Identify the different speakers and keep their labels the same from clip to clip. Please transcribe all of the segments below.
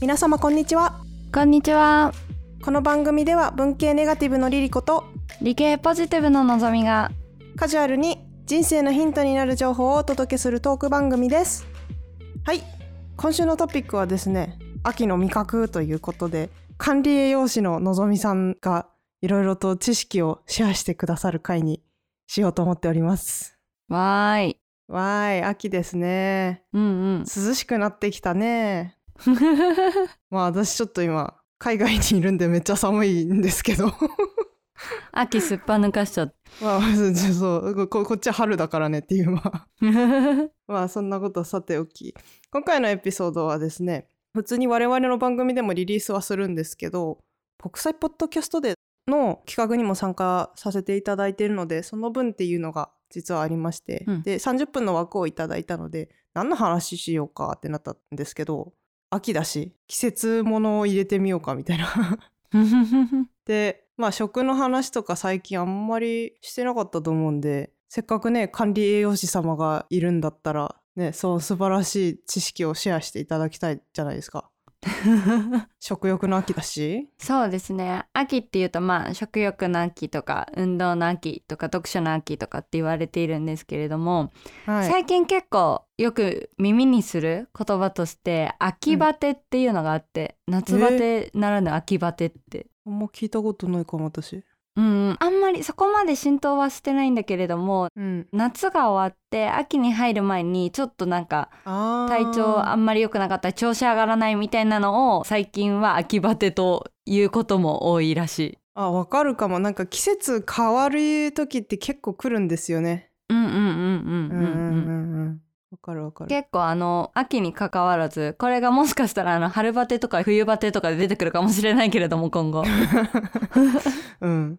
Speaker 1: 皆様こんにちは
Speaker 2: こんにちは
Speaker 1: この番組では文系ネガティブのリリコと
Speaker 2: 理系ポジティブののぞみが
Speaker 1: カジュアルに人生のヒントになる情報をお届けするトーク番組ですはい今週のトピックはですね秋の味覚ということで管理栄養士ののぞみさんがいろいろと知識をシェアしてくださる回にしようと思っております
Speaker 2: わーい
Speaker 1: わーい秋ですね
Speaker 2: うん うん
Speaker 1: 涼しくなってきたねまあ私ちょっと今海外にいるんでめっちゃ寒いんですけど
Speaker 2: 秋すっぱ抜かしちゃっ
Speaker 1: まあそうそうここっちは春だからねっていうまあ
Speaker 2: た
Speaker 1: まあそんなことはさておき今回のエピソードはですね普通に我々の番組でもリリースはするんですけど国際ポッドキャストでの企画にも参加させていただいているのでその分っていうのが実はありまして、
Speaker 2: うん
Speaker 1: で30分の枠をいただいたので何の話しようかってなったんですけど秋だし季節ものを入れてみようかみたいな。でまあ食の話とか最近あんまりしてなかったと思うんでせっかくね管理栄養士様がいるんだったらねそう素晴らしい知識をシェアしていただきたいじゃないです か食欲の秋だし
Speaker 2: そうですね秋っていうとまあ食欲の秋とか運動の秋とか読書の秋とかって言われているんですけれども、
Speaker 1: はい
Speaker 2: 最近結構よく耳にする言葉として秋バテっていうのがあって、夏バテならぬ秋バテって、
Speaker 1: あんま聞いたことないかも私
Speaker 2: うんうんあんまりそこまで浸透はしてないんだけれども
Speaker 1: うん
Speaker 2: 夏が終わって秋に入る前にちょっとなんか
Speaker 1: あー
Speaker 2: 体調あんまり良くなかったり調子上がらないみたいなのを最近は秋バテということも多いらし
Speaker 1: あわかるかもなんか季節変わる時って結構来るんですよね
Speaker 2: い。うんうんうん
Speaker 1: う
Speaker 2: うんん
Speaker 1: う
Speaker 2: うんんう
Speaker 1: うん
Speaker 2: ん。
Speaker 1: うんわかるわかる
Speaker 2: 結構あの秋に関わらずこれがもしかしたらあの春バテとか冬バテとかで出てくるかもしれないけれども今 後
Speaker 1: うん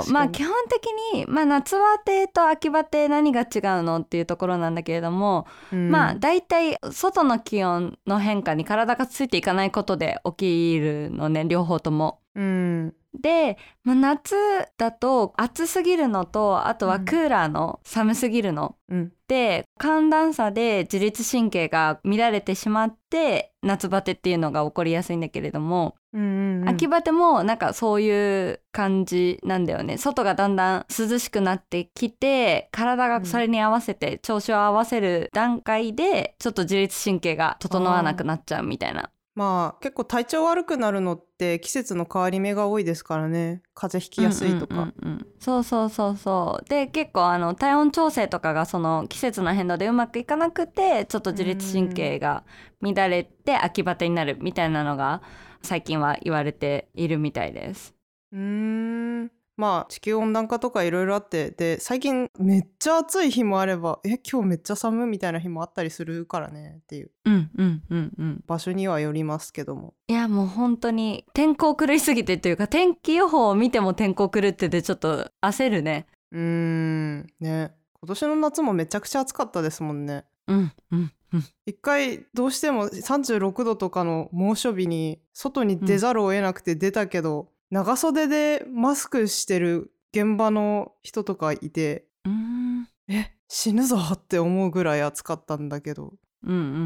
Speaker 1: 確か
Speaker 2: う
Speaker 1: に
Speaker 2: まあ基本的に、まあ、夏バテと秋バテ何が違うのっていうところなんだけれども、
Speaker 1: うん
Speaker 2: まあ大体外の気温の変化に体がついていかないことで起きるのね両方とも。
Speaker 1: うん
Speaker 2: で、まあ、夏だと暑すぎるのとあとは
Speaker 1: うん
Speaker 2: クーラーの寒すぎるの
Speaker 1: うん
Speaker 2: で寒暖差で自律神経が乱れてしまって夏バテっていうのが起こりやすいんだけれども、
Speaker 1: うんうんうん
Speaker 2: 秋バテもなんかそういう感じなんだよね外がだんだん涼しくなってきて体がそれに合わせて調子を合わせる段階でちょっと自律神経が整わなくなっちゃうみたいな。
Speaker 1: まあ結構体調悪くなるのって季節の変わり目が多いですからね風邪ひきやすいとか、
Speaker 2: うんうんうんうんそうそうそうそうで結構あの体温調整とかがその季節の変動でうまくいかなくてちょっと自律神経が乱れて秋バテになるみたいなのが最近は言われているみたいです。
Speaker 1: うーんまあ地球温暖化とかいろいろあってで最近めっちゃ暑い日もあればえ今日めっちゃ寒いみたいな日もあったりするからねっていう
Speaker 2: うんうんうんうん、
Speaker 1: 場所にはよりますけども
Speaker 2: いやもう本当に天候狂いすぎてというか天気予報を見ても天候狂っててちょっと焦るね。
Speaker 1: うーんね今年の夏もめちゃくちゃ暑かったですもんね
Speaker 2: うんうんうん
Speaker 1: 一回どうしても36度とかの猛暑日に外に出ざるを得なくて出たけど、長袖でマスクしてる現場の人とかいて
Speaker 2: うーん
Speaker 1: え死ぬぞって思うぐらい暑かったんだけど、
Speaker 2: うんう
Speaker 1: う
Speaker 2: んう
Speaker 1: ー
Speaker 2: んう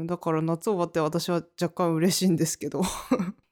Speaker 2: ん
Speaker 1: んだから夏終わって私は若干嬉しいんです けど、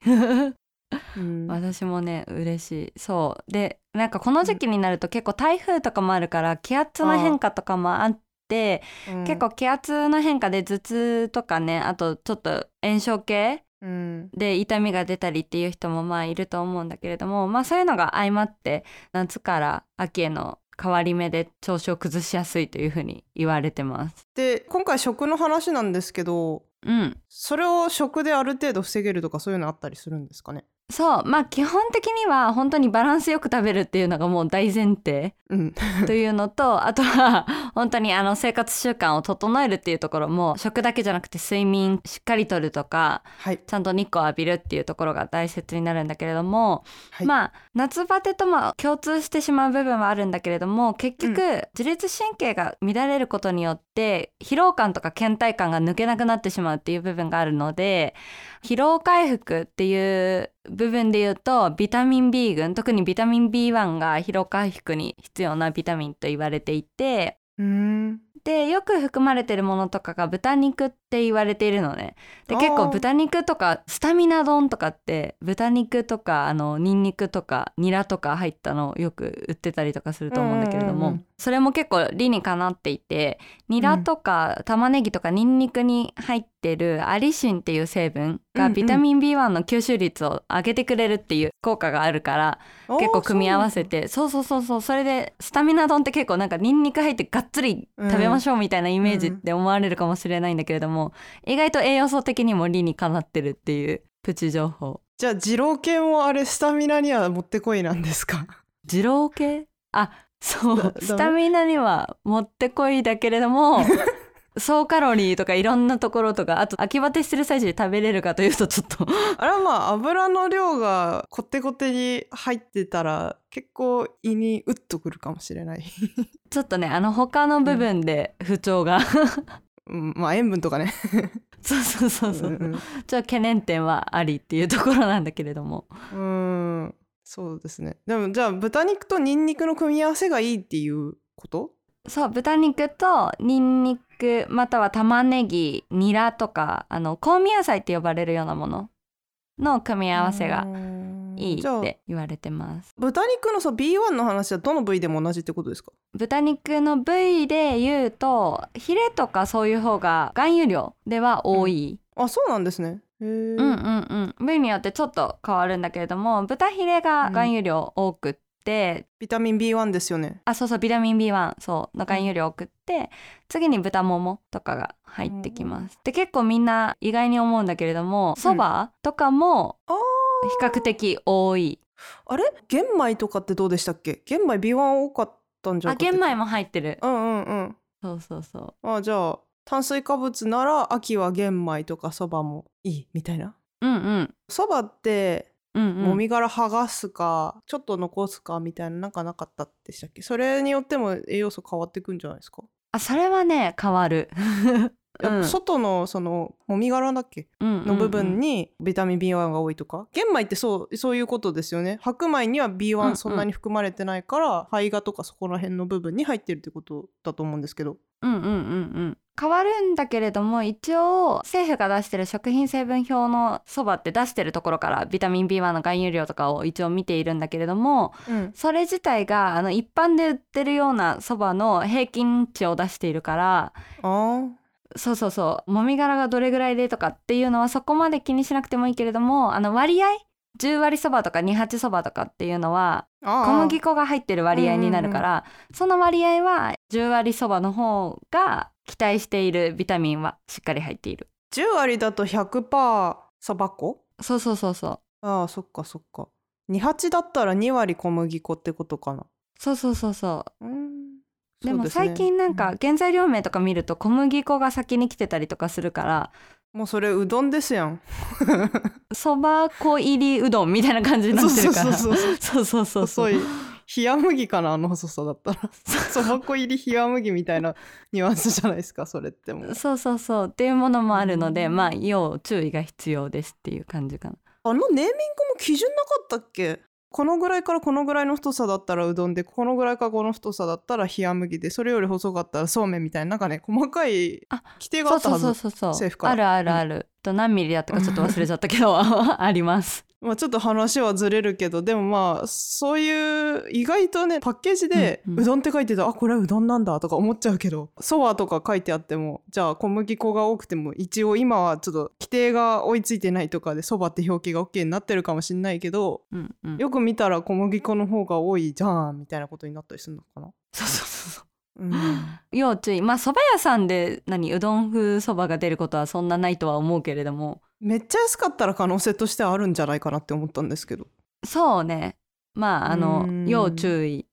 Speaker 1: うん
Speaker 2: 私もね嬉しいそうでなんかこの時期になると結構台風とかもあるから気圧の変化とかもあって
Speaker 1: うん
Speaker 2: 結構気圧の変化で頭痛とかねあとちょっと炎症系
Speaker 1: うん
Speaker 2: で痛みが出たりっていう人もまあいると思うんだけれどもまあそういうのが相まって夏から秋への変わり目で調子を崩しやすいというふうに言われてます。
Speaker 1: で今回食の話なんですけど
Speaker 2: うん、
Speaker 1: それを食である程度防げるとかそういうのあったりするんですかね
Speaker 2: そうまあ基本的には本当にバランスよく食べるっていうのがもう大前 提
Speaker 1: うん
Speaker 2: というのとあとは本当にあの生活習慣を整えるっていうところも食だけじゃなくて睡眠しっかりとるとか
Speaker 1: はい
Speaker 2: ちゃんと日光を浴びるっていうところが大切になるんだけれども、
Speaker 1: はい
Speaker 2: まあ夏バテとも共通してしまう部分はあるんだけれども結局、自律神経が乱れることによって疲労感とか倦怠感が抜けなくなってしまうっていう部分があるので疲労回復っていう部分で言うとビタミン B 群特にビタミン B1 が疲労回復に必要なビタミンと言われていて
Speaker 1: うーん
Speaker 2: でよく含まれてるものとかが豚肉っって言われているのね。で
Speaker 1: あー
Speaker 2: 結構豚肉とかスタミナ丼とかって豚肉とかあのニンニクとかニラとか入ったのをよく売ってたりとかすると思うんだけれ
Speaker 1: う
Speaker 2: ども、
Speaker 1: んうんうん
Speaker 2: それも結構理にかなっていてニラとか玉ねぎとかニンニクに入ってるアリシンっていう成分
Speaker 1: うん
Speaker 2: が
Speaker 1: うん
Speaker 2: ビタミン B1 の吸収率を上げてくれるっていう効果があるから、結構組み合わせてそうそうそうそうそれでスタミナ丼って結構なんかニンニク入ってがっつり食べましょうみたいなイメージって思われるかもしれないんだけれども、意外と栄養素的にも理にかなってるっていうプチ情報
Speaker 1: じゃあ二郎系もあれスタミナにはもってこいなんですか
Speaker 2: 二郎系 あそ
Speaker 1: だだ
Speaker 2: う
Speaker 1: め
Speaker 2: スタミナにはもってこいだけれども 総カロリーとかいろんなところとかあと秋バテしてる最中に食べれるかというとちょっと
Speaker 1: あれはまあ油の量がこってこてに入ってたら結構胃にうっとくるかもしれない、
Speaker 2: ちょっとねあの他の部分で不調が
Speaker 1: うん、まあ塩分と かね
Speaker 2: そうそうそうそう、
Speaker 1: うんうん
Speaker 2: ちょっと懸念点はありっていうところなんだけれども
Speaker 1: うーんそうですねでもじゃあ豚肉とニンニクの組み合わせがいいっていうこと
Speaker 2: そう豚肉とニンニクまたは玉ねぎニラとかあの香味野菜って呼ばれるようなものの組み合わせがいい
Speaker 1: じゃ
Speaker 2: っ
Speaker 1: あ
Speaker 2: て言われてます
Speaker 1: 豚肉のさ B1 の話はどの部位でも同じってことですか
Speaker 2: 豚肉の部位で言うとヒレとかそういう方が含有量では多い、
Speaker 1: あそうなんですねへー
Speaker 2: うん、うんうん部位によってちょっと変わるんだけれども豚ヒレが含有量多くって、
Speaker 1: ビタミン B1 ですよね
Speaker 2: あそうそうビタミン B1 そうの含有量を送って、次に豚ももとかが入ってきます、で結構みんな意外に思うんだけれどもそば、とかも
Speaker 1: あー
Speaker 2: 比較的多い
Speaker 1: あれ玄米とかってどうでしたっけ玄米 B1 多かったんじゃ
Speaker 2: あ
Speaker 1: なかったっ
Speaker 2: 玄
Speaker 1: け
Speaker 2: 米も入ってる
Speaker 1: うんうん
Speaker 2: そうそうそ
Speaker 1: うんあじゃあ炭水化物なら秋は玄米とかそばもいいみたいな
Speaker 2: ううんうん
Speaker 1: そばって
Speaker 2: うんう
Speaker 1: も
Speaker 2: ん
Speaker 1: み殻剥がすか、ちょっと残すかみたいななんかなかったでしたっけそれによっても栄養素変わってくんじゃないですか、
Speaker 2: あそれはね変わ る
Speaker 1: やっぱ
Speaker 2: うん
Speaker 1: 外のそのもみ殻だっけの
Speaker 2: の
Speaker 1: 部分にビタミン B1 が多いとか、玄米ってそうそういうことですよね白米には
Speaker 2: うんう
Speaker 1: B1
Speaker 2: ん
Speaker 1: そんなに含まれてないから、胚芽とかそこら辺の部分に入ってるってことだと思うんですけど
Speaker 2: うんうんうんうん変わるんだけれども一応政府が出してる食品成分表のそばって出してるところからビタミン B1 の含有量とかを一応見ているんだけれども
Speaker 1: うん
Speaker 2: それ自体があの一般で売ってるようなそばの平均値を出しているから
Speaker 1: あー
Speaker 2: そうそうそうもみ殻がどれぐらいでとかっていうのはそこまで気にしなくてもいいけれどもあの割合10割そばとか2八そばとかっていうのは
Speaker 1: あー
Speaker 2: 小麦粉が入ってる割合になるから、その割合は10割そばの方が期待しているビタミンはしっかり入っている
Speaker 1: 10割だと100%そば粉
Speaker 2: そうそうそうそう
Speaker 1: あーそっかそっか28だったら2割小麦粉ってことかな
Speaker 2: そうそうそうそう
Speaker 1: うん
Speaker 2: で
Speaker 1: そう
Speaker 2: も
Speaker 1: ね
Speaker 2: 最近なんか原材料名とか見ると小麦粉が先に来てたりとかするから
Speaker 1: もうそれうどんですやん。
Speaker 2: そば粉入りうどんみたいな感じになってるから
Speaker 1: そうそうそう
Speaker 2: そうそうそうそ
Speaker 1: 細
Speaker 2: う
Speaker 1: い冷麦かなあの細さだった らそば粉入り冷麦みたいなニュアンスじゃないですかそれってもう
Speaker 2: そうそうそうっていうものもあるのでまあ要注意が必要ですっていう感じかな
Speaker 1: あのネーミングも基準なかったっけこのぐらいからこのぐらいの太さだったらうどんでこのぐらいからこの太さだったら冷麦でそれより細かったらそうめんみたいななんかね細かい
Speaker 2: あ
Speaker 1: 規定があ
Speaker 2: そう
Speaker 1: った
Speaker 2: そ
Speaker 1: は
Speaker 2: う
Speaker 1: ず
Speaker 2: そうそうそう
Speaker 1: 政府から
Speaker 2: あるあるある、と何ミリだったかちょっと忘れちゃったけどあります
Speaker 1: まあ、ちょっと話はずれるけどでもまあそういう意外とねパッケージで
Speaker 2: うんうん
Speaker 1: うどんって書いてたら、あこれはうどんなんだとか思っちゃうけどそばとか書いてあってもじゃあ小麦粉が多くても一応今はちょっと規定が追いついてないとかでそばって表記が OK になってるかもしんないけど
Speaker 2: うんうん
Speaker 1: よく見たら小麦粉の方が多いじゃんみたいなことになったりするのかな。
Speaker 2: そうそうそうそう
Speaker 1: うん、
Speaker 2: 要注意まあそば屋さんで何うどん風そばが出ることはそんなないとは思うけれども
Speaker 1: めっちゃ安かったら可能性としてはあるんじゃないかなって思ったんですけど。
Speaker 2: そうねまああ
Speaker 1: う
Speaker 2: の
Speaker 1: ん
Speaker 2: 要注意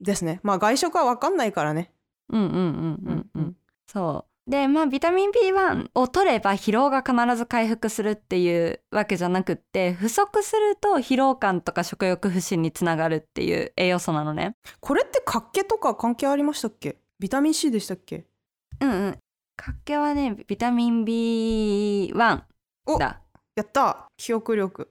Speaker 1: ですね。まあ外食は分かんないからね。
Speaker 2: うんうんうんうんうん、そうでまあビタミン B1 を取れば疲労が必ず回復するっていうわけじゃなくって不足すると疲労感とか食欲不振につながるっていう栄養素なのね
Speaker 1: これって活気とか関係ありましたっけビタミン C でしたっけ
Speaker 2: うんうんかけはねビタミン B1
Speaker 1: お
Speaker 2: だ
Speaker 1: やった記憶力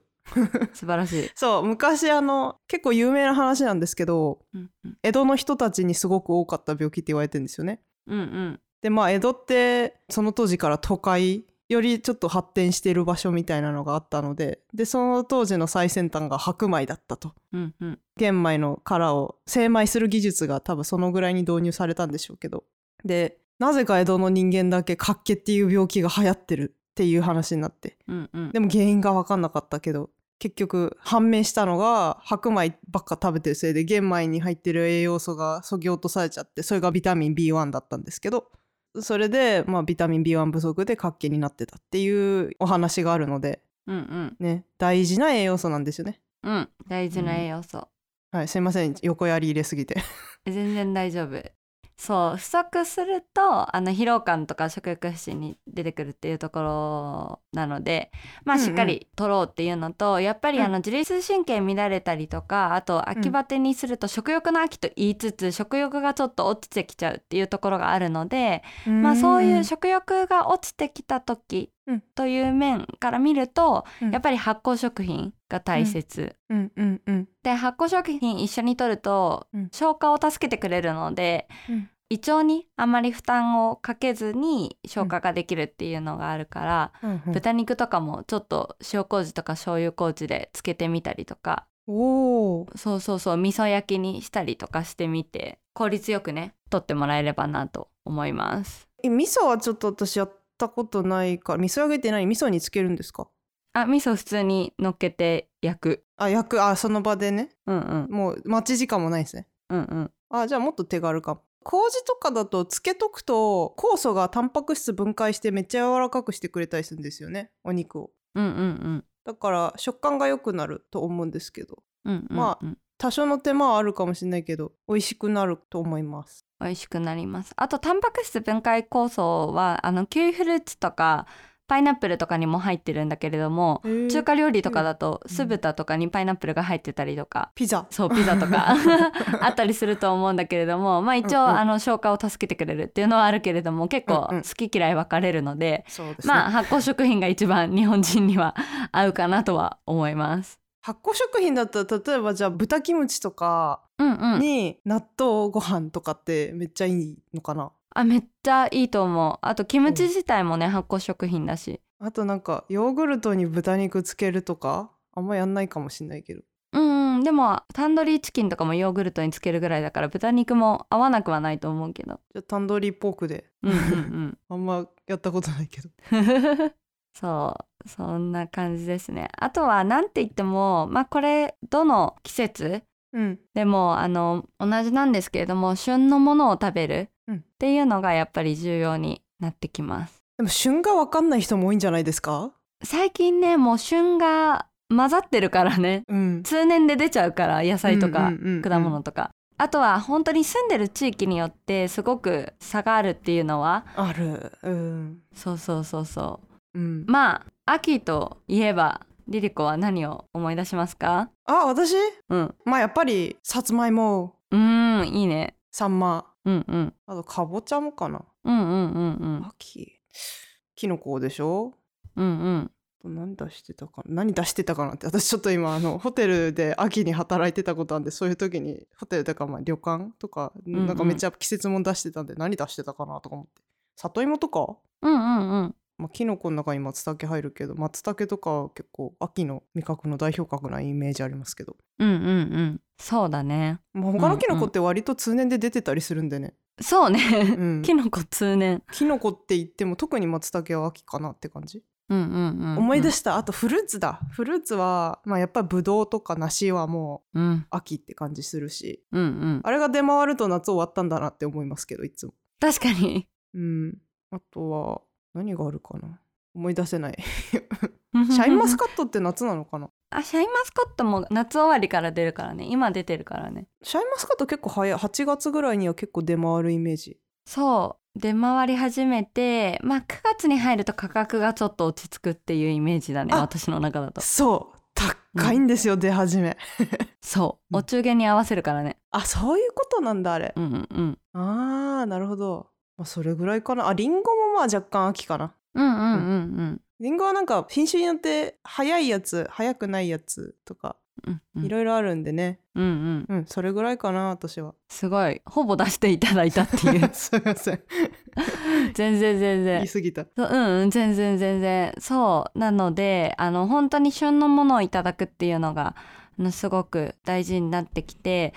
Speaker 2: 素晴らしい、
Speaker 1: そう昔あの結構有名な話なんですけど
Speaker 2: うんうん、
Speaker 1: 江戸の人たちにすごく多かった病気って言われてるんですよね
Speaker 2: うんうん
Speaker 1: でまあ江戸ってその当時から都会よりちょっと発展している場所みたいなのがあったのででその当時の最先端が白米だったと
Speaker 2: うんうん
Speaker 1: 玄米の殻を精米する技術が多分そのぐらいに導入されたんでしょうけどでなぜか江戸の人間だけ「活気」っていう病気が流行ってるっていう話になって
Speaker 2: うんうん
Speaker 1: でも原因が分かんなかったけど結局判明したのが白米ばっか食べてるせいで玄米に入ってる栄養素がそぎ落とされちゃってそれがビタミン B1 だったんですけどそれで、まあ、ビタミン B1 不足で活気になってたっていうお話があるので
Speaker 2: うんうん
Speaker 1: ね大事な栄養素なんですよね。
Speaker 2: うん大事な栄養素、
Speaker 1: はい、すいません横やり入れすぎて
Speaker 2: 全然大丈夫そう不足するとあの疲労感とか食欲不振に出てくるっていうところなのでまあ
Speaker 1: うんうん
Speaker 2: しっかり取ろうっていうのと、やっぱり
Speaker 1: うん
Speaker 2: あの自律神経乱れたりとかあと秋バテにすると食欲の秋と言いつつ食欲がちょっと落ちてきちゃうっていうところがあるので、まあそういう食欲が落ちてきた時
Speaker 1: うん
Speaker 2: という面から見ると、
Speaker 1: うん
Speaker 2: やっぱり発酵食品が大切、
Speaker 1: うんうんうん
Speaker 2: で発酵食品一緒に摂ると、
Speaker 1: うん
Speaker 2: 消化を助けてくれるので
Speaker 1: うん
Speaker 2: 胃腸にあまり負担をかけずに消化ができるっていうのがあるから、
Speaker 1: うんうん
Speaker 2: 豚肉とかもちょっと塩麹とか醤油麹でつけてみたりとか
Speaker 1: おー
Speaker 2: そうそうそう味噌焼きにしたりとかしてみて効率よくね摂ってもらえればなと思います。
Speaker 1: え味噌はちょっと私やったことないから味噌揚げって何味噌につけるんですか
Speaker 2: あ味噌普通に乗っけて焼く
Speaker 1: あ焼くあその場でね
Speaker 2: うんうん
Speaker 1: もう待ち時間もないですね
Speaker 2: うんうん
Speaker 1: あじゃあもっと手軽かも麹とかだとつけとくと酵素がタンパク質分解してめっちゃ柔らかくしてくれたりするんですよねお肉を
Speaker 2: うんうんうん
Speaker 1: だから食感が良くなると思うんですけど
Speaker 2: うんうんうん
Speaker 1: ま多少の手間はあるかもしれないけど美味しくなると思います
Speaker 2: 美味しくなりますあとタンパク質分解酵素はあのキウイフルーツとかパイナップルとかにも入ってるんだけれども中
Speaker 1: 中
Speaker 2: 華料理とかだと
Speaker 1: うん
Speaker 2: 酢豚とかにパイナップルが入ってたりとか
Speaker 1: ピザ
Speaker 2: そうピザとか あったりすると思うんだけれどもまあ一応
Speaker 1: うんうん
Speaker 2: あの消化を助けてくれるっていうのはあるけれども結構
Speaker 1: うんうん
Speaker 2: 好き嫌い分かれるので
Speaker 1: そうですね、
Speaker 2: まあ発酵食品が一番日本人には合うかなとは思います。
Speaker 1: 発酵食品だったら例えばじゃあ豚キムチとか
Speaker 2: うんうん、
Speaker 1: に納豆ご飯とかってめっちゃいいのかな
Speaker 2: あめっちゃいいと思うあとキムチ自体もね発酵食品だし
Speaker 1: あとなんかヨーグルトに豚肉つけるとかあんまやんないかもしんないけど
Speaker 2: うんでもタンドリーチキンとかもヨーグルトにつけるぐらいだから豚肉も合わなくはないと思うけど
Speaker 1: じゃあタンドリーポークで
Speaker 2: うんうん
Speaker 1: あんまやったことないけど
Speaker 2: うん そうそんな感じですねあとはなんて言ってもまあこれどの季節
Speaker 1: うん
Speaker 2: でもあの同じなんですけれども旬のものを食べる
Speaker 1: うん
Speaker 2: っていうのがやっぱり重要になってきます
Speaker 1: でも旬がわかんない人も多いんじゃないですか
Speaker 2: 最近ねもう旬が混ざってるからね
Speaker 1: うん
Speaker 2: 通年で出ちゃうから野菜とか、
Speaker 1: うんうんうん
Speaker 2: 果物とか、あとは本当に住んでる地域によってすごく差があるっていうのは
Speaker 1: あるうん
Speaker 2: そうそうそうそ
Speaker 1: うん
Speaker 2: うまあ秋といえばリリコは何を思い出しますか
Speaker 1: あ私
Speaker 2: うん
Speaker 1: まあやっぱりさつまいも
Speaker 2: うーんいいね
Speaker 1: さんま
Speaker 2: うんうん
Speaker 1: あとかぼちゃもかな
Speaker 2: うんうんうんうん
Speaker 1: 秋きのこでしょ
Speaker 2: うんうん
Speaker 1: あと何出してたかな何出してたかなって私ちょっと今あのホテルで秋に働いてたことなんでそういう時にホテルとかまあ旅館とか
Speaker 2: んうん
Speaker 1: なんかめっちゃ季節も出してたんで何出してたかなとか思って里芋とか、
Speaker 2: うんうんうん
Speaker 1: まあ、キノコの中に松茸入るけど松茸とかは結構秋の味覚の代表格なイメージありますけど、
Speaker 2: うんうんうんそうだね
Speaker 1: まあ、他のキノコって割と通年で出てたりするんでね、
Speaker 2: そうね、
Speaker 1: うん、
Speaker 2: キノコ通年
Speaker 1: キノコって言っても特に松茸は秋かなって感じ
Speaker 2: うんうんうん、
Speaker 1: 思い出
Speaker 2: し
Speaker 1: したあとフルーツだフルーツは、まあ、やっぱブドウとか梨はもう
Speaker 2: うん
Speaker 1: 秋って感じするし
Speaker 2: うんうん
Speaker 1: あれが出回ると夏終わったんだなって思いますけどいつも
Speaker 2: 確かに
Speaker 1: うんあとは何があるかな思い出せない シャインマスカットって夏なのかな
Speaker 2: あシャインマスカットも夏終わりから出るからね今出てるからね
Speaker 1: シャインマスカット結構早い8月ぐらいには結構出回るイメージ
Speaker 2: そう出回り始めてまあ9月に入ると価格がちょっと落ち着くっていうイメージだね
Speaker 1: あ
Speaker 2: 私の中だと
Speaker 1: そう高いんですよ、出始め
Speaker 2: そう、
Speaker 1: うん
Speaker 2: お中元に合わせるからね
Speaker 1: あそういうことなんだあれ、
Speaker 2: うんうんうん
Speaker 1: あーなるほど、まあ、それぐらいかなあリンゴもまあ若干秋かな
Speaker 2: うんうんうん
Speaker 1: リンゴはなんか品種によって早いやつ早くないやつとか
Speaker 2: うんうん
Speaker 1: いろいろあるんでね
Speaker 2: うんうん
Speaker 1: うん、それぐらいかな私は
Speaker 2: すごいほぼ出していただいたっていう
Speaker 1: すいません
Speaker 2: 全然全
Speaker 1: 言
Speaker 2: 然
Speaker 1: い過ぎた。
Speaker 2: そううんうん全然全然そうなのであの本当に旬のものをいただくっていうのがあのすごく大事になってきて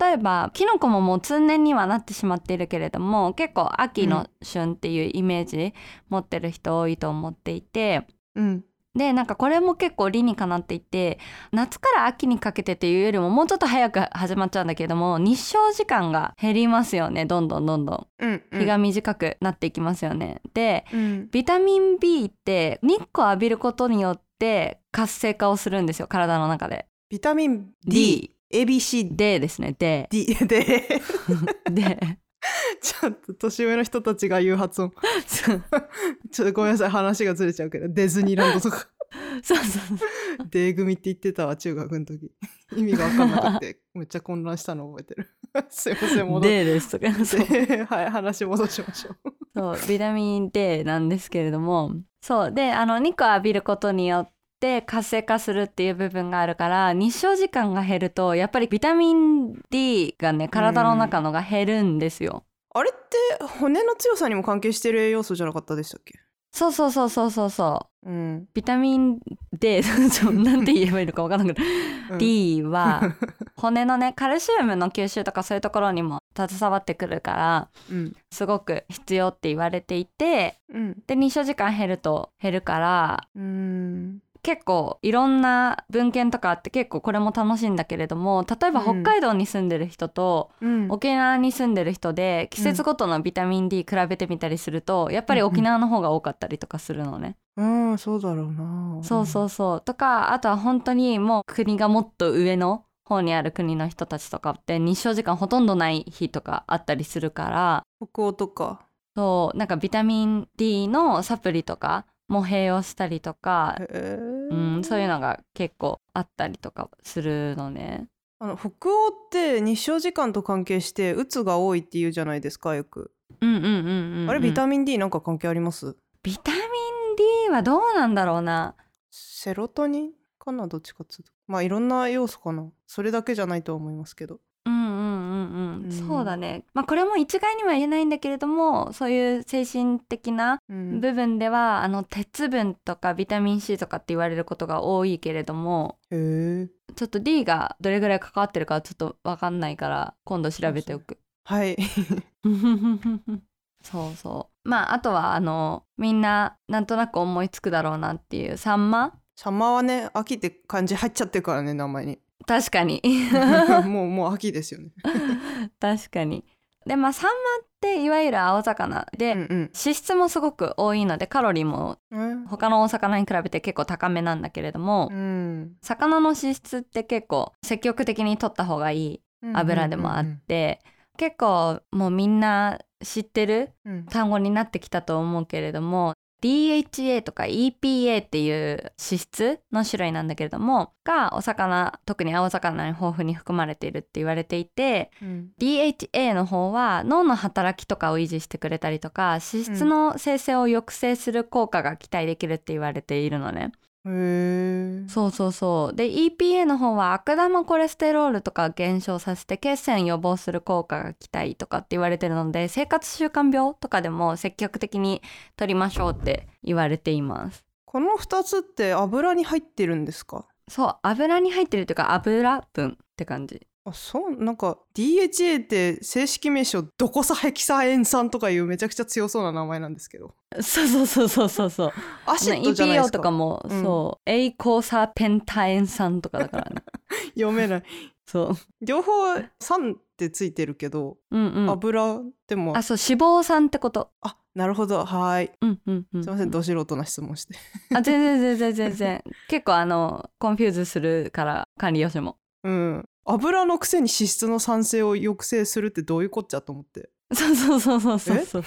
Speaker 2: 例えばキノコももう通年にはなってしまっているけれども結構秋の旬っていうイメージ持ってる人多いと思っていて。
Speaker 1: うん。
Speaker 2: でなんかこれも結構理にかなっていて夏から秋にかけてっていうよりももうちょっと早く始まっちゃうんだけども日照時間が減りますよねどんどんどんどん
Speaker 1: うん。
Speaker 2: 日が短くなっていきますよね。で
Speaker 1: うん。
Speaker 2: ビタミン B って日光浴びることによって活性化をするんですよ体の中で。
Speaker 1: ビタミン D、
Speaker 2: D
Speaker 1: ABC、
Speaker 2: でですねで
Speaker 1: D で、
Speaker 2: で
Speaker 1: ちょっと年上の人たちが言う発音。 ちょっとごめんなさい、話がずれちゃうけど、ディズニーランド とか、
Speaker 2: そうそうそう
Speaker 1: デー組って言ってたわ、中学の時。意味がわかんなくて、めっちゃ混乱したの覚えてる。 すいません、戻っ
Speaker 2: でですとかそう
Speaker 1: て。 はい、話戻しましょう。
Speaker 2: そうビタミン D なんですけれどもそうであの日光浴びることによって活性化するっていう部分があるから日照時間が減るとやっぱりビタミン D がね体の中のが減るんですよ。
Speaker 1: あれって骨の強さにも関係してる要素じゃなかったでしたっけ
Speaker 2: そうそうそうそうそうそう
Speaker 1: うん。
Speaker 2: ビタミン D ちょなんて言えばいいのか分からなくなる D は骨のねカルシウムの吸収とかそういうところにも携わってくるから
Speaker 1: うん。
Speaker 2: すごく必要って言われていて
Speaker 1: うん。
Speaker 2: で日照時間減ると減るから
Speaker 1: うん。
Speaker 2: 結構いろんな文献とかあって結構これも楽しいんだけれども例えば
Speaker 1: うん
Speaker 2: 北海道に住んでる人と
Speaker 1: うん。
Speaker 2: 沖縄に住んでる人で季節ごとのビタミン D 比べてみたりするとやっぱり沖縄の方が多かったりとかするのね。
Speaker 1: うん、そうだろうな。。
Speaker 2: そうそううそうとかあとは本当にもう国がもっと上の方にある国の人たちとかって日照時間ほとんどない日とかあったりするから
Speaker 1: 北欧とか。
Speaker 2: そうなんかビタミン D のサプリとかも併用したりとか
Speaker 1: へえ。
Speaker 2: うん、そういうのが結構あったりとかするのね。
Speaker 1: あの北欧って日照時間と関係して鬱が多いって言うじゃないですかよく、
Speaker 2: うんうんうんうん、
Speaker 1: あれビタ
Speaker 2: ミン
Speaker 1: ミン D なんか関係あります
Speaker 2: ビタミン D はどうなんだろうな。
Speaker 1: セロトニンかなどっちかっつうとまあいろんな要素かなそれだけじゃないとは思いますけど
Speaker 2: うんうんうんうん、
Speaker 1: うん
Speaker 2: そうだね。まあこれも一概には言えないんだけれども、そういう精神的な
Speaker 1: うん
Speaker 2: 部分では、あの鉄分とかビタミン C とかって言われることが多いけれども、
Speaker 1: へえ
Speaker 2: ちょっと D がどれぐらい関わってるかはちょっとわかんないから、今度調べておく。
Speaker 1: はい
Speaker 2: そうそうまああとはあのみんななんとなく思いつくだろうなっていうサンマ
Speaker 1: サマはね秋って感じ入っちゃってるからね名前 に
Speaker 2: 確かに
Speaker 1: もうもう秋ですよね
Speaker 2: 確かにでまあサンマっていわゆる青魚で、
Speaker 1: うん
Speaker 2: 脂質もすごく多いのでカロリーも
Speaker 1: うん
Speaker 2: 他のお魚に比べて結構高めなんだけれども、
Speaker 1: うん
Speaker 2: 魚の脂質って結構積極的に取った方がいい油でもあって、結構もうみんな知ってる
Speaker 1: うんうん
Speaker 2: 単語になってきたと思うけれども DHA とか EPA っていう脂質の種類なんだけれどもがお魚特に青魚に豊富に含まれているって言われていて
Speaker 1: うん
Speaker 2: DHA の方は脳の働きとかを維持してくれたりとか脂質の生成を抑制する効果が期待できるって言われているのね。
Speaker 1: へえ
Speaker 2: そうそうそうで EPA の方は悪玉コレステロールとかを減少させて血栓予防する効果が期待とかって言われてるので生活習慣病とかでも積極的に取りましょうって言われています
Speaker 1: この二つって油に入ってるんですか
Speaker 2: そう油に入ってるというか油分って感じ
Speaker 1: あそうなんか DHA って正式名称ドコサヘキサエン酸とかいうめちゃくちゃ強そうな名前なんですけど
Speaker 2: そうそうそうそうそう そう
Speaker 1: アシッドじゃないです
Speaker 2: EPO
Speaker 1: か
Speaker 2: とかも、
Speaker 1: うん
Speaker 2: そうエイコーサーペンタエン酸とかだからね
Speaker 1: 読め ない
Speaker 2: そう
Speaker 1: 両方酸ってついてるけど
Speaker 2: うんうん
Speaker 1: 油でも
Speaker 2: あそう脂肪酸ってこと
Speaker 1: あなるほどはーい
Speaker 2: うんうんうん
Speaker 1: すいませんど素人な質問して
Speaker 2: あ全然全然全然結構あのコンフューズするから管理用紙も
Speaker 1: うん油のくせに脂質の酸性を抑制するってどういうこっちゃと思って
Speaker 2: そうそうそうそうそうそう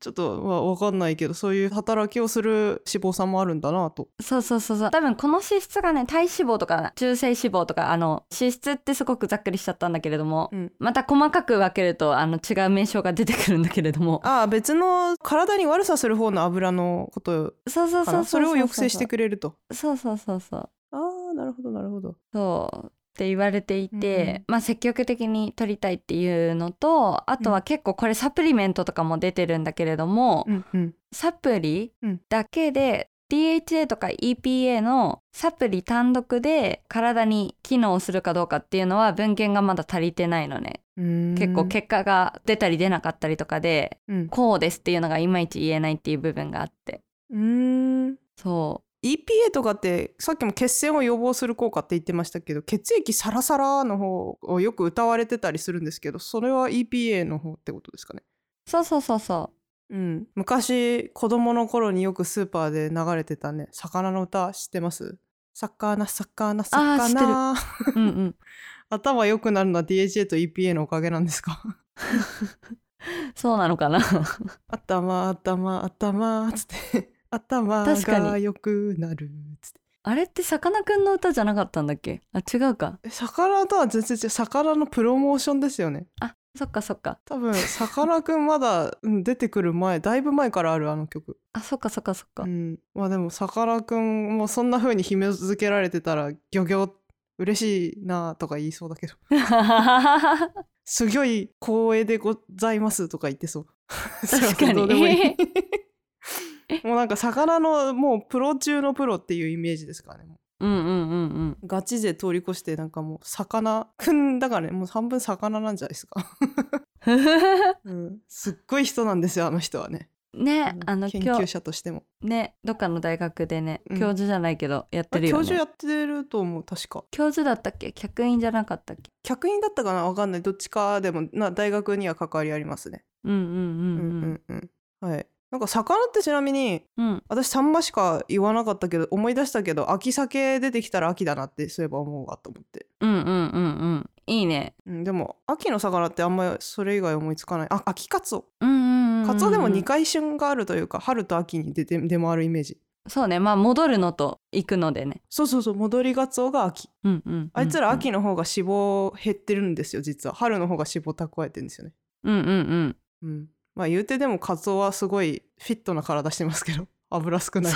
Speaker 1: ちょっとまあわかんないけどそういう働きをする脂肪酸もあるんだなと
Speaker 2: そうそうそうそう多分この脂質がね体脂肪とか中性脂肪とかあの脂質ってすごくざっくりしちゃったんだけれども、
Speaker 1: うん
Speaker 2: また細かく分けるとあの違う名称が出てくるんだけれども
Speaker 1: ああ別の体に悪さする方の油のこと
Speaker 2: そうそ
Speaker 1: か
Speaker 2: うそう
Speaker 1: なそれを抑制してくれると
Speaker 2: そうそうそうそう
Speaker 1: ああなるほどなるほど
Speaker 2: そうって言われていて、まあ、積極的に取りたいっていうのとあとは結構これサプリメントとかも出てるんだけれども、
Speaker 1: うんうん
Speaker 2: サプリ
Speaker 1: うん
Speaker 2: だけで DHA とか EPA のサプリ単独で体に機能するかどうかっていうのは文献がまだ足りてないのね、
Speaker 1: うーん
Speaker 2: 結構結果が出たり出なかったりとかで
Speaker 1: うん
Speaker 2: こうですっていうのがいまいち言えないっていう部分があって
Speaker 1: うーん
Speaker 2: そ
Speaker 1: EPA とかってさっきも血栓を予防する効果って言ってましたけど血液サラサラの方をよく歌われてたりするんですけどそれは EPA の方ってことですかね
Speaker 2: うそうそうそうそう
Speaker 1: うん、昔子供の頃によくスーパーで流れてたね魚の歌知ってます魚魚
Speaker 2: あー知ってる
Speaker 1: 魚
Speaker 2: うんうん
Speaker 1: 頭良くなるのは DHA と EPA のおかげなんですか
Speaker 2: そうなのかな
Speaker 1: 頭頭頭つって 頭
Speaker 2: 確かに
Speaker 1: が良くなるつって
Speaker 2: あれってさかなクンの歌じゃなかったんだっけあ違うか
Speaker 1: え魚とは全然違う魚のプロモーションですよね
Speaker 2: あそっかそっか
Speaker 1: 多分さかなクンまだ、うん、出てくる前だいぶ前からあるあの曲
Speaker 2: あそっかそっかそっか、
Speaker 1: うん、まあでもさかなクンもそんな風に姫づけられてたら「ギョギョ嬉しいな」とか言いそうだけど「すごい光栄でございます」とか言ってそう すいま せ
Speaker 2: 確か
Speaker 1: んどうでもいい
Speaker 2: に
Speaker 1: もうなんか魚のもうプロ中のプロっていうイメージですからねも
Speaker 2: うんうんうんうん
Speaker 1: うガチ勢通り越してなんかもう魚くんだからねもう半分魚なんじゃないですか、うん、すっごい人なんですよあの人はね
Speaker 2: ね
Speaker 1: うん
Speaker 2: あの
Speaker 1: 研
Speaker 2: 今
Speaker 1: 究
Speaker 2: 日
Speaker 1: 者としても
Speaker 2: ねどっかの大学でね、
Speaker 1: うん
Speaker 2: 教授じゃないけどや
Speaker 1: あ
Speaker 2: って
Speaker 1: れ
Speaker 2: る
Speaker 1: 教
Speaker 2: よね
Speaker 1: 授やってると思う確か
Speaker 2: 教授だったっけ客員じゃなかったっけ
Speaker 1: 客員だったかなわかんないどっちかでもな大学には関わりありますね。
Speaker 2: うんう
Speaker 1: う
Speaker 2: ん
Speaker 1: ん
Speaker 2: うんうん
Speaker 1: うんうんはい。なんか魚ってちなみに
Speaker 2: うん、
Speaker 1: 私サンマしか言わなかったけど思い出したけど秋鮭出てきたら秋だなってそういえば思うわと思って、
Speaker 2: うんうんうんうんいいね
Speaker 1: うん、でも秋の魚ってあんまりそれ以外思いつかないあ秋カツオ
Speaker 2: うんうんうんうん
Speaker 1: カツオでも2回旬があるというか春と秋に出て出回るイメージ
Speaker 2: そうねまあ戻るのと行くのでね
Speaker 1: そうそうそう戻りガツオが秋
Speaker 2: うんうんうんうん
Speaker 1: あいつら秋の方が脂肪減ってるんですよ実は春の方が脂肪蓄えてるんですよね
Speaker 2: うんうんうん
Speaker 1: うん、まあ言うてでもカツオはすごいフィットな体してますけど 油少ない、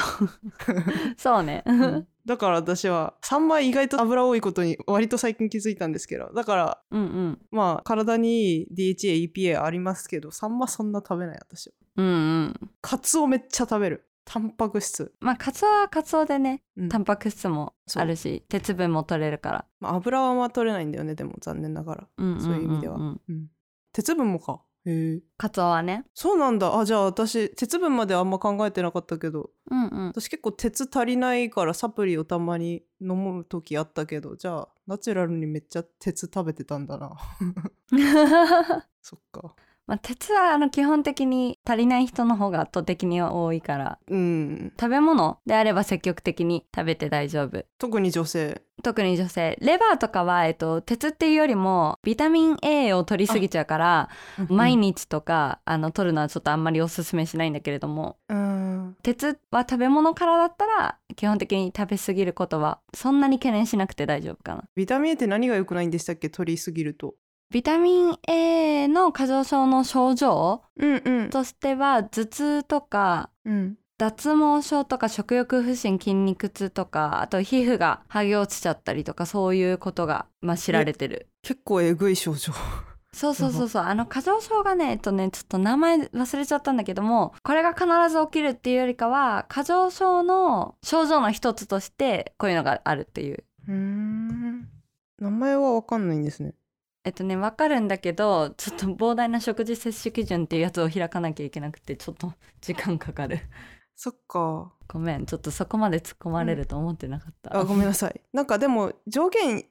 Speaker 2: そうね う
Speaker 1: うん
Speaker 2: ん
Speaker 1: だから私はサンマ意外と油多いことに割と最近気づいたんですけどだから
Speaker 2: うん
Speaker 1: まあ体にいい DHAEPA ありますけどサンマそんな食べない私は
Speaker 2: うんうん
Speaker 1: カツオめっちゃ食べるタンパク質、
Speaker 2: まあカツオはカツオでね
Speaker 1: うん
Speaker 2: タンパク質もあるし鉄分も取れるから、
Speaker 1: まあ、油はあんま取れないんだよねでも残念ながら、
Speaker 2: うんんんん
Speaker 1: そういう意味では
Speaker 2: うん
Speaker 1: うん、鉄分もかへえ
Speaker 2: カツオはね
Speaker 1: そうなんだあじゃあ私鉄分まであんま考えてなかったけど
Speaker 2: うん うん
Speaker 1: 私結構鉄足りないからサプリをたまに飲む時あったけどじゃあナチュラルにめっちゃ鉄食べてたんだな そっか
Speaker 2: まあ、鉄はあの基本的に足りない人の方が圧倒的に多いから
Speaker 1: うん
Speaker 2: 食べ物であれば積極的に食べて大丈夫
Speaker 1: 特に女性
Speaker 2: 特に女性レバーとかは、えっと、鉄っていうよりもビタミン A を取りすぎちゃうから毎
Speaker 1: に
Speaker 2: 日とかあの取るのはちょっとあんまりおすすめしないんだけれども
Speaker 1: うん
Speaker 2: 鉄は食べ物からだったら基本的に食べ過ぎることはそんなに懸念しなくて大丈夫かな
Speaker 1: ビタミン A って何が良くないんでしたっけ取りすぎると
Speaker 2: ビタミン A の過剰症の症状
Speaker 1: うんうん
Speaker 2: としては頭痛とか
Speaker 1: うん
Speaker 2: 脱毛症とか食欲不振筋肉痛とかあと皮膚が剥げ落ちちゃったりとかそういうことが、まあ、知られてる
Speaker 1: 結構えぐい症状
Speaker 2: そうそうそうそうあの過剰症がねえっとねちょっと名前忘れちゃったんだけどもこれが必ず起きるっていうよりかは過剰症の症状の一つとしてこういうのがあるっていう
Speaker 1: うん名前は分かんないんですね
Speaker 2: えっとねわかるんだけどちょっと膨大な食事摂取基準っていうやつを開かなきゃいけなくてちょっと時間かかる
Speaker 1: そっか
Speaker 2: ごめんちょっとそこまで突っ込まれると思ってなかった、
Speaker 1: あごめんなさいなんかでも上限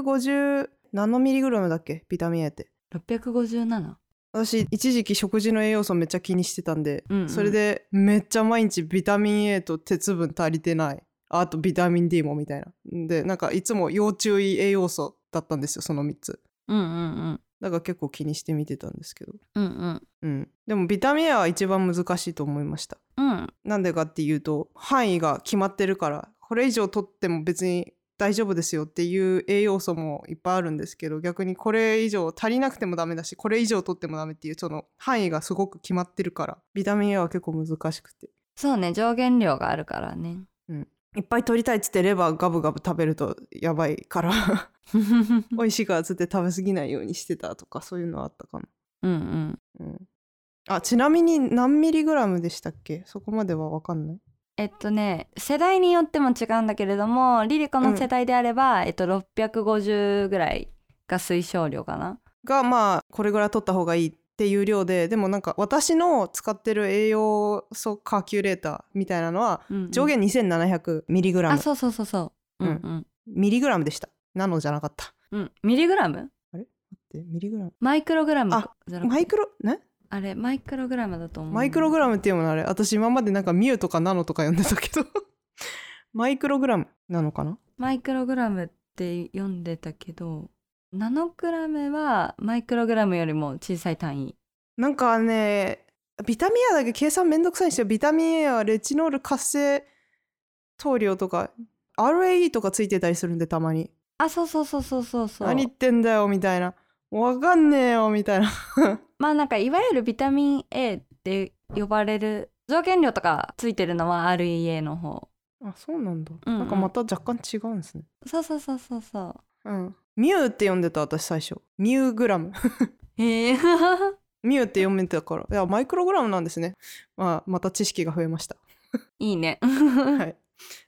Speaker 1: 650何ミリグラムだっけビタミン A って
Speaker 2: 657
Speaker 1: 私一時期食事の栄養素めっちゃ気にしてたんで、
Speaker 2: うんうん
Speaker 1: それでめっちゃ毎日ビタミン A と鉄分足りてないあとビタミン D もみたいなんでなんかいつも要注意栄養素だったんですよその3つ
Speaker 2: うんうんうん
Speaker 1: だから結構気にして見てたんですけど、
Speaker 2: うんうん
Speaker 1: うん、でもビタミン A は一番難しいと思いました
Speaker 2: うん
Speaker 1: なんでかっていうと範囲が決まってるからこれ以上取っても別に大丈夫ですよっていう栄養素もいっぱいあるんですけど逆にこれ以上足りなくてもダメだしこれ以上取ってもダメっていうその範囲がすごく決まってるからビタミン A は結構難しくて
Speaker 2: そうね上限量があるからね
Speaker 1: うんいっぱい取りたいっつってレバーガブガブ食べるとやばいから美味しいからっつって食べ過ぎないようにしてたとかそういうのはあったかな。
Speaker 2: うんうん
Speaker 1: うん、あちなみに何ミリグラムでしたっけそこまでは分かんない。
Speaker 2: えっとね世代によっても違うんだけれどもリリコの世代であれば、えっと、650ぐらいが推奨量かな。
Speaker 1: がまあこれぐらい取った方がいいっていう量ででもなんか私の使ってる栄養素カーキュレーターみたいなのは
Speaker 2: うんうん
Speaker 1: 上限 2700mg、
Speaker 2: あそうそうそうそう。うんうん
Speaker 1: ミリグラムでしたなのじゃなかった
Speaker 2: うん、ミリグラム
Speaker 1: でミリグラム
Speaker 2: マイクログラム
Speaker 1: あ
Speaker 2: じゃなくて
Speaker 1: マイクロね
Speaker 2: あれマイクログラムだと思う
Speaker 1: マイクログラムっていうものあれ私今までなんかミュウとかナノとか呼んでたけど マイクログラムなのかな
Speaker 2: マイクログラムって読んでたけどナノグラムはマイクログラムよりも小さい単位
Speaker 1: なんかねビタミン A だけ計算めんどくさいんですよビタミン A はレチノール活性糖量とか RAE とかついてたりするんでたまに
Speaker 2: あそうそうそうそうそうそう
Speaker 1: 何言ってんだよみたいなわかんねえよみたいな
Speaker 2: まあなんかいわゆるビタミン A って呼ばれる上限量とかついてるのは REA の方
Speaker 1: あそうなんだ、
Speaker 2: うんうん
Speaker 1: なんかまた若干違うんですね
Speaker 2: そうそうそうそうそう
Speaker 1: うんミュウって呼んでた私最初ミュウグラム
Speaker 2: へえ
Speaker 1: ミュウって読めてたからいやマイクログラムなんですねまあまた知識が増えました
Speaker 2: いいね
Speaker 1: はい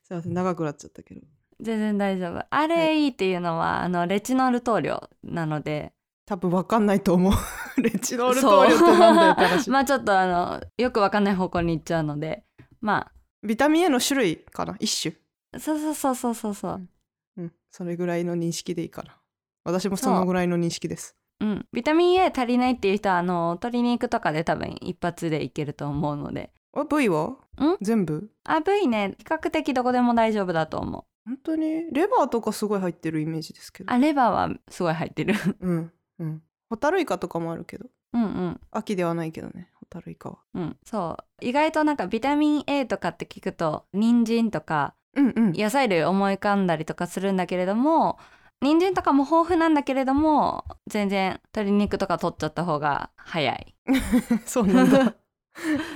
Speaker 1: すいません長くなっちゃったけど
Speaker 2: 全然大丈夫 REA っていうのはあのレチノール糖量なので
Speaker 1: 多分わかんないと 思うレチノール
Speaker 2: そ
Speaker 1: 投
Speaker 2: う
Speaker 1: 量ってなんだよって 話、
Speaker 2: まあちょっとあのよくわかんない方向に行っちゃうのでま
Speaker 1: ビタミン A の種類かな一種
Speaker 2: あそうそうそうそうそうそう
Speaker 1: うんそれぐらいの認識でいいかな私もそのぐらいの認識です
Speaker 2: うん、ビタミン A 足りないっていう人はあの鶏肉とかで多分一発でいけると思うので
Speaker 1: あ V は全部
Speaker 2: あ V ね比較的どこでも大丈夫だと思う
Speaker 1: 本当にレバーとかすごい入ってるイメージですけど
Speaker 2: あレバーはすごい入ってる
Speaker 1: うんうんホタルイカとかもあるけど
Speaker 2: うんうん
Speaker 1: 秋ではないけどねホタルイカは
Speaker 2: うんそう意外となんかビタミン A とかって聞くと人参とか
Speaker 1: うんうん
Speaker 2: 野菜類思い浮かんだりとかするんだけれども人参とかも豊富なんだけれども全然鶏肉とか取っちゃった方が早い、
Speaker 1: そう なんだ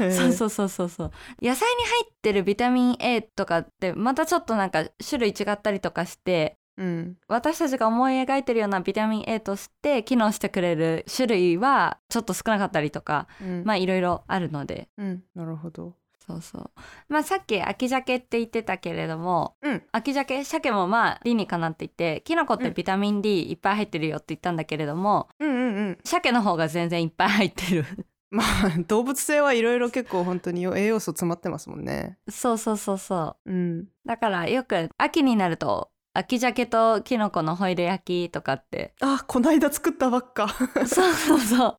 Speaker 1: へえ
Speaker 2: そうそうそうそうそう野菜に入ってるビタミン A とかってまたちょっとなんか種類違ったりとかして
Speaker 1: うん
Speaker 2: 私たちが思い描いてるようなビタミン A として機能してくれる種類はちょっと少なかったりとか
Speaker 1: うん、
Speaker 2: まあいろいろあるので
Speaker 1: うん、なるほど
Speaker 2: そうそうまあさっき秋鮭って言ってたけれども
Speaker 1: うん
Speaker 2: 秋鮭鮭もまあ理にかなっていてキノコってビタミン D いっぱい入ってるよって言ったんだけれども、
Speaker 1: うんうんうん
Speaker 2: 鮭の方が全然いっぱい入ってる
Speaker 1: まあ動物性はいろいろ結構本当に栄養素詰まってますもんね
Speaker 2: そうそうそうそ
Speaker 1: うん
Speaker 2: うだからよく秋になると秋鮭とキノコのホイル焼きとかって
Speaker 1: あこないだ作ったばっか、
Speaker 2: そうそうそう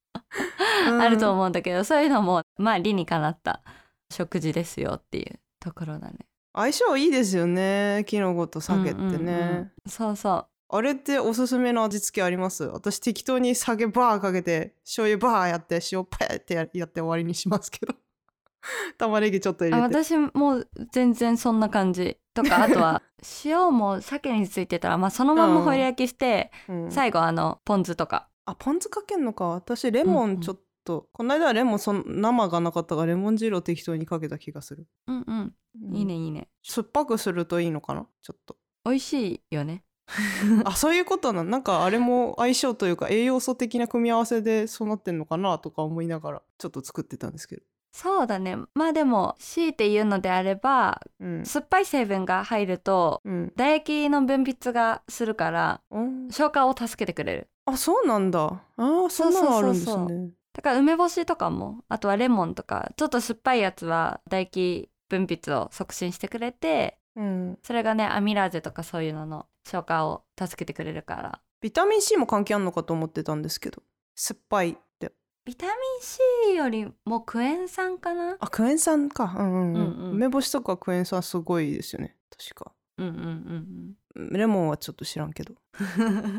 Speaker 1: うん
Speaker 2: あると思うんだけど、そういうのもまあ理にかなった食事ですよっていうところだね。
Speaker 1: 相性いいですよねキノコと鮭ってね、
Speaker 2: うんうんうんそうそ
Speaker 1: あれっておすすめの味付けあります私適当に酒バーかけて醤油バーやって塩パーってややって終わりにしますけど 玉ねぎちょっと
Speaker 2: う
Speaker 1: 入
Speaker 2: あ
Speaker 1: れて
Speaker 2: 私もう全然そんな感じ とかあとは塩も鮭についてたら、まあ、そのままホイル焼きして、
Speaker 1: うん
Speaker 2: 最後あのポン酢とか
Speaker 1: あポン酢かけんのか私レモ
Speaker 2: うんう
Speaker 1: ン
Speaker 2: ん
Speaker 1: ちょっと、この間はレモンその生がなかったからレモン汁を適当にかけた気がする、
Speaker 2: うんうん
Speaker 1: うん
Speaker 2: いいねいいね
Speaker 1: 酸っぱくするといいのかなちょ っと
Speaker 2: 美味しいよね
Speaker 1: あそういうことなんなんかあれも相性というか栄養素的な組み合わせでそうなってんのかなとか思いながらちょっと作ってたんですけど、
Speaker 2: そうだねまあでも強いて言うのであれば
Speaker 1: うん
Speaker 2: 酸っぱい成分が入ると
Speaker 1: うん、
Speaker 2: 唾液の分泌がするから
Speaker 1: うん
Speaker 2: 消化を助けてくれる
Speaker 1: あそうなんだあーそんなのあるんですね
Speaker 2: そうそうだから梅干しとかもあとはレモンとかちょっと酸っぱいやつは唾液分泌を促進してくれて
Speaker 1: うん、
Speaker 2: それがねアミラーゼとかそういうのの消化を助けてくれるから
Speaker 1: ビタミン C も関係あんのかと思ってたんですけど酸っぱいって
Speaker 2: ビタミン C よりもクエン酸かな
Speaker 1: あクエン酸かうんうん、うん
Speaker 2: うんうん
Speaker 1: 梅干しとかクエン酸すごいですよね確か
Speaker 2: うんうんうん
Speaker 1: うんレモンはちょっと知らん けど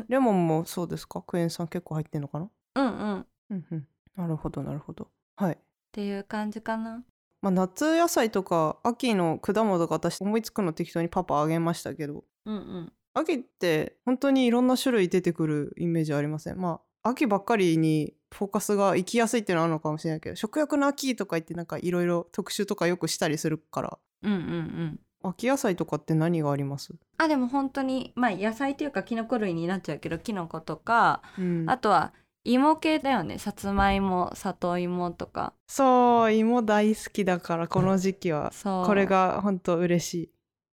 Speaker 1: レモンもそうですかクエン酸結構入ってんのかな
Speaker 2: うんうんうんっ
Speaker 1: うんうんなるほどなるほどはい
Speaker 2: ていう感じかな
Speaker 1: まあ、夏野菜とか秋の果物とか私思いつくの適当にパパあげましたけど
Speaker 2: うんうん
Speaker 1: 秋って本当にいろんな種類出てくるイメージありませんまあ秋ばっかりにフォーカスが行きやすいっていうのはあるのかもしれないけど食欲の秋とか言ってなんかいろいろ特集とかよくしたりするから
Speaker 2: うんうんうん
Speaker 1: 秋野菜とかって何があります、
Speaker 2: あでも本当にまあ野菜というかキノコ類になっちゃうけどキノコとか
Speaker 1: うん
Speaker 2: あとは芋系だよねさつまいも里芋とか
Speaker 1: そう芋大好きだからこの時期は
Speaker 2: そう
Speaker 1: これが本当嬉し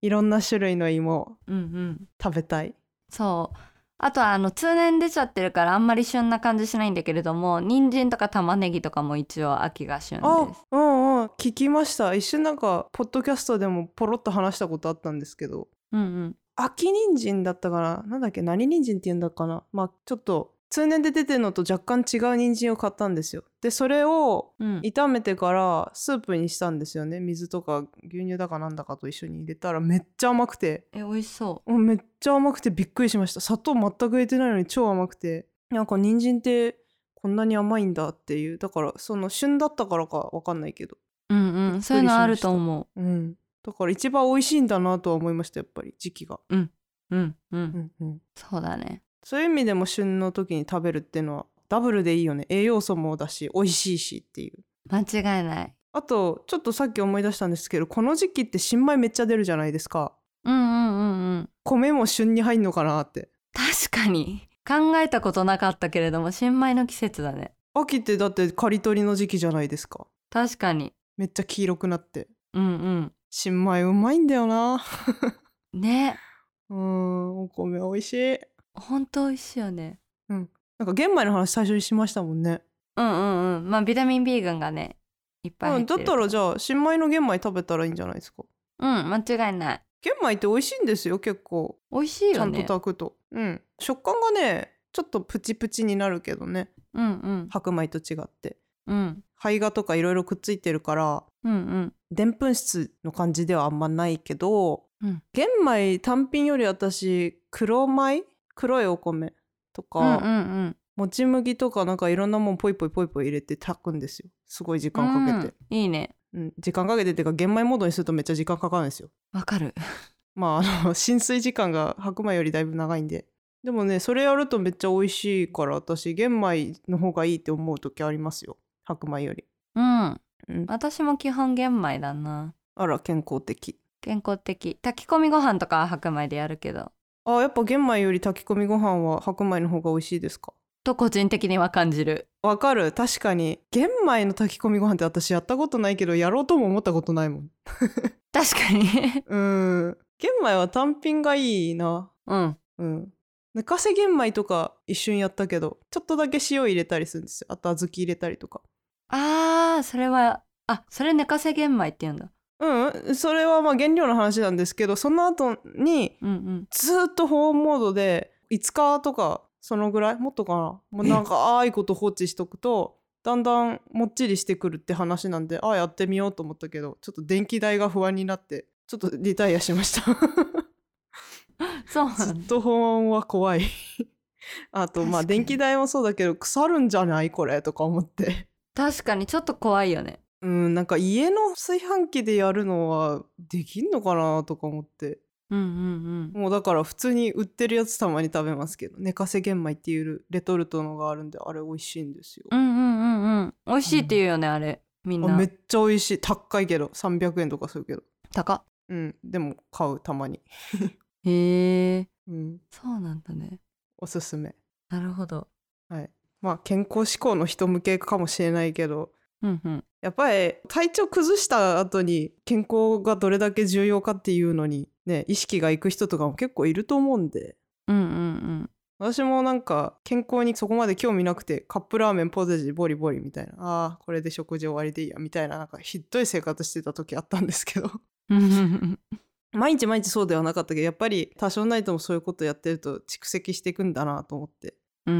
Speaker 1: いいろんな種類の芋
Speaker 2: うんうん
Speaker 1: 食べたい
Speaker 2: そうあとはあの通年出ちゃってるからあんまり旬な感じしないんだけれども人参とか玉ねぎとかも一応秋が旬
Speaker 1: あ
Speaker 2: です
Speaker 1: うんうん聞きました一瞬なんかポッドキャストでもポロッと話したことあったんですけど
Speaker 2: うんうん
Speaker 1: 秋人参だったかななんだっけ何人参って言うんだっかなまあちょっと通年で出てるのと若干違う人参を買ったんですよでそれを
Speaker 2: うん
Speaker 1: 炒めてからスープにしたんですよね水とか牛乳だかなんだかと一緒に入れたらめっちゃ甘くて
Speaker 2: え美味しそ
Speaker 1: うんめっちゃ甘くてびっくりしました砂糖全く入れてないのに超甘くてなんか人参ってこんなに甘いんだっていうだからその旬だったからかわかんないけど
Speaker 2: うう
Speaker 1: び
Speaker 2: んう
Speaker 1: っくりしま
Speaker 2: ん
Speaker 1: した
Speaker 2: そういうのあると思
Speaker 1: うんだから一番美味しいんだなとは思いましたやっぱり時期が、
Speaker 2: ううんうん
Speaker 1: んうん、
Speaker 2: そうだね
Speaker 1: そういう意味でも旬の時に食べるっていうのはダブルでいいよね栄養素もだし美味しいしっていう
Speaker 2: 間違いない
Speaker 1: あとちょっとさっき思い出したんですけどこの時期って新米めっちゃ出るじゃないですか
Speaker 2: うんうんうんうん
Speaker 1: 米も旬に入んのかなって
Speaker 2: 確かに考えたことなかったけれども新米の季節だね
Speaker 1: 秋ってだって刈り取りの時期じゃないですか
Speaker 2: 確かに
Speaker 1: めっちゃ黄色くなって
Speaker 2: うん
Speaker 1: 新米うまいんだよな
Speaker 2: うんね
Speaker 1: うーんお米美味しい
Speaker 2: ほんと美味しいよね
Speaker 1: なんか玄米の話最初にしましたもんね
Speaker 2: うんうんうんまあビタミン B 群がねいっぱい
Speaker 1: うん
Speaker 2: 入って
Speaker 1: だ
Speaker 2: る
Speaker 1: ったらじゃあ新米の玄米食べたらいいんじゃないですか
Speaker 2: うん間違いない
Speaker 1: 玄米って美味しいんですよ結構
Speaker 2: 美味しい
Speaker 1: ちゃ
Speaker 2: よ
Speaker 1: んと
Speaker 2: ね
Speaker 1: 炊くと、うん食感がねちょっとプチプチになるけどね
Speaker 2: うんうん
Speaker 1: 白米と違って
Speaker 2: うん
Speaker 1: 胚芽とかいろいろくっついてるから
Speaker 2: うんうん
Speaker 1: でんぷん質の感じではあんまないけど、
Speaker 2: うん
Speaker 1: 玄米単品より私黒米黒いお米とか、
Speaker 2: うんうん
Speaker 1: もち麦とかなんかいろんなもんポイポイポイポイ入れて炊くんですよすごい時間かけて、
Speaker 2: うんいいね
Speaker 1: うん時間かけてっていうか玄米モードにするとめっちゃ時間かかるんですよ
Speaker 2: わかる
Speaker 1: まああの浸水時間が白米よりだいぶ長いんででもねそれやるとめっちゃ美味しいから私玄米の方がいいって思う時ありますよ白米より、
Speaker 2: うん
Speaker 1: うん、
Speaker 2: 私も基本玄米だな
Speaker 1: あら健康的
Speaker 2: 健康的炊き込みご飯とかは白米でやるけど
Speaker 1: あやっぱ玄米より炊き込みご飯は白米の方が美味しいですか
Speaker 2: と個人的には感じる
Speaker 1: わかる確かに玄米の炊き込みご飯って私やったことないけどやろうとも思ったことないもん
Speaker 2: 確かに
Speaker 1: うん玄米は単品がいいな
Speaker 2: うん
Speaker 1: うん寝かせ玄米とか一瞬やったけどちょっとだけ塩入れたりするんですよあと小豆入れたりとか
Speaker 2: あーそれはあそれ寝かせ玄米って言うんだ
Speaker 1: うんうんそれはまあ原料の話なんですけどその後に
Speaker 2: うんうん
Speaker 1: ずーっと保温モードで5日とかそのぐらいもっとかなもう長いこと放置しとくとだんだんもっちりしてくるって話なんでああやってみようと思ったけどちょっと電気代が不安になってちょっとリタイアしま した
Speaker 2: そうな
Speaker 1: ず
Speaker 2: ん
Speaker 1: っ
Speaker 2: だ
Speaker 1: と保温は怖い あとまあ
Speaker 2: 確かに
Speaker 1: 電気代もそうだけど腐るんじゃないこれとか思って
Speaker 2: 確かにちょっと怖いよね
Speaker 1: うんなんか家の炊飯器でやるのはできんのかなとか思って
Speaker 2: うんうんうん
Speaker 1: もうだから普通に売ってるやつたまに食べますけど寝かせ玄米っていうレトルトのがあるんであれ美味しいんですよ、
Speaker 2: うんうんうんうん美味しいって言うよねあれみん
Speaker 1: あめっ
Speaker 2: な
Speaker 1: ちゃ美味しい高いけど300円とかするけど
Speaker 2: 高っ
Speaker 1: うんでも買うたまに
Speaker 2: へえ
Speaker 1: うん
Speaker 2: そうなんだね
Speaker 1: おすすめ
Speaker 2: なるほど
Speaker 1: はいまあ健康志向の人向けかもしれないけど
Speaker 2: うんうん
Speaker 1: やっぱり体調崩した後に健康がどれだけ重要かっていうのにね意識がいく人とかも結構いると思うんで
Speaker 2: うん うん
Speaker 1: 私もなんか健康にそこまで興味なくてカップラーメンポテチボリボリみたいなあーこれで食事終わりでいいやみたいななんかひどい生活してた時あったんですけど
Speaker 2: うん
Speaker 1: 毎日毎日そうではなかったけどやっぱり多少ないともそういうことやってると蓄積していくんだなと思って
Speaker 2: うんう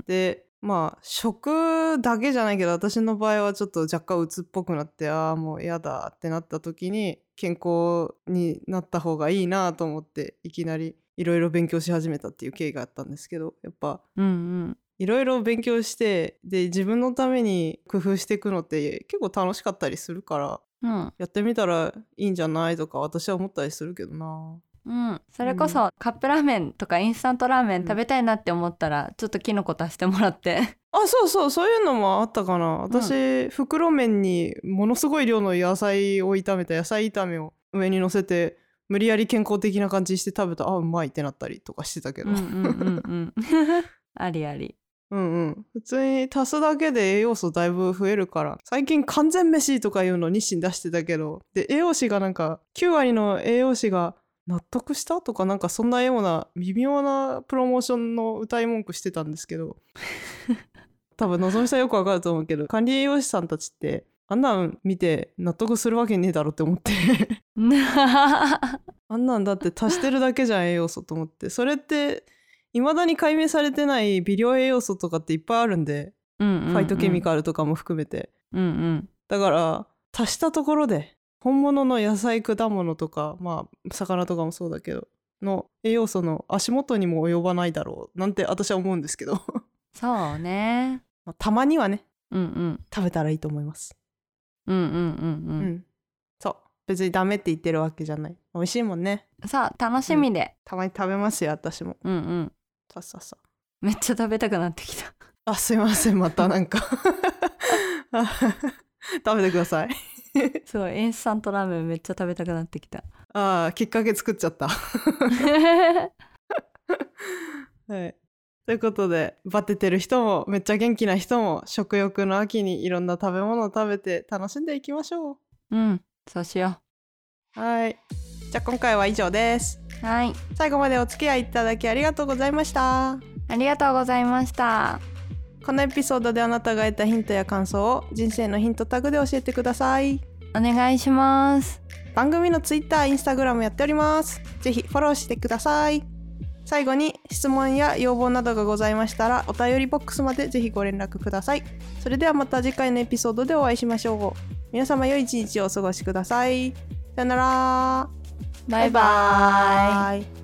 Speaker 2: ん
Speaker 1: でまあ食だけじゃないけど私の場合はちょっと若干鬱っぽくなってああもう嫌だってなった時に健康になった方がいいなと思っていきなりいろいろ勉強し始めたっていう経緯があったんですけどやっぱ
Speaker 2: うんうん
Speaker 1: いろいろ勉強してで自分のために工夫していくのって結構楽しかったりするから
Speaker 2: うん
Speaker 1: やってみたらいいんじゃないとか私は思ったりするけどな
Speaker 2: うん、それこそカップラーメンとかインスタントラーメン食べたいなって思ったらちょっとキノコ足してもらって
Speaker 1: あそうそうそういうのもあったかな私、袋麺にものすごい量の野菜を炒めた野菜炒めを上に乗せて無理やり健康的な感じにして食べたあうまいってなったりとかしてたけど、
Speaker 2: うんうんうんうん ありあり
Speaker 1: うんうん普通に足すだけで栄養素だいぶ増えるから最近完全飯とかいうの日清出してたけどで栄養士がなんか9割の栄養士が納得したとかなんかそんなような微妙なプロモーションの歌い文句してたんですけど多分望みさんよくわかると思うけど管理栄養士さんたちってあんなん見て納得するわけねえだろって思って あんなんだって足してるだけじゃん栄養素と思ってそれって未だに解明されてない微量栄養素とかっていっぱいあるんで、フ
Speaker 2: フ
Speaker 1: ァイトケミカルとかも含めて
Speaker 2: うんうん
Speaker 1: だから足したところで本物の野菜果物とかまあ魚とかもそうだけどの栄養素の足元にも及ばないだろうなんて私は思うんですけど
Speaker 2: そうね
Speaker 1: まあたまにはね
Speaker 2: うんうん
Speaker 1: 食べたらいいと思います
Speaker 2: うんうん
Speaker 1: う、
Speaker 2: うんん
Speaker 1: そう別にダメって言ってるわけじゃない美味しいもんね
Speaker 2: うんさあ楽しみで
Speaker 1: たまに食べますよ私も
Speaker 2: うんうん
Speaker 1: さっさっさ
Speaker 2: めっちゃ食べたくなってきた
Speaker 1: あすいませんまた なんか あ食べてください
Speaker 2: そうインスタントラーメンめっちゃ食べたくなってき た
Speaker 1: ああきっかけ作っちゃった
Speaker 2: は
Speaker 1: はいということでバテてる人もめっちゃ元気な人も食欲の秋にいろんな食べ物を食べて楽しんでいきましょう
Speaker 2: うんそうしよ
Speaker 1: はいじゃあ今回は以上です
Speaker 2: うはい
Speaker 1: 最後までお付き合いいただきありがとうございました
Speaker 2: ありがとうございました
Speaker 1: このエピソードであなたが得たヒントや感想を人生のヒントタグで教えてください
Speaker 2: お願いします
Speaker 1: 番組の Twitter、Instagram やっておりますぜひフォローしてください最後に質問や要望などがございましたらお便りボックスまでぜひご連絡くださいそれではまた次回のエピソードでお会いしましょう皆様良い一日をお過ごしくださいさよなら
Speaker 2: バイバイ
Speaker 1: イ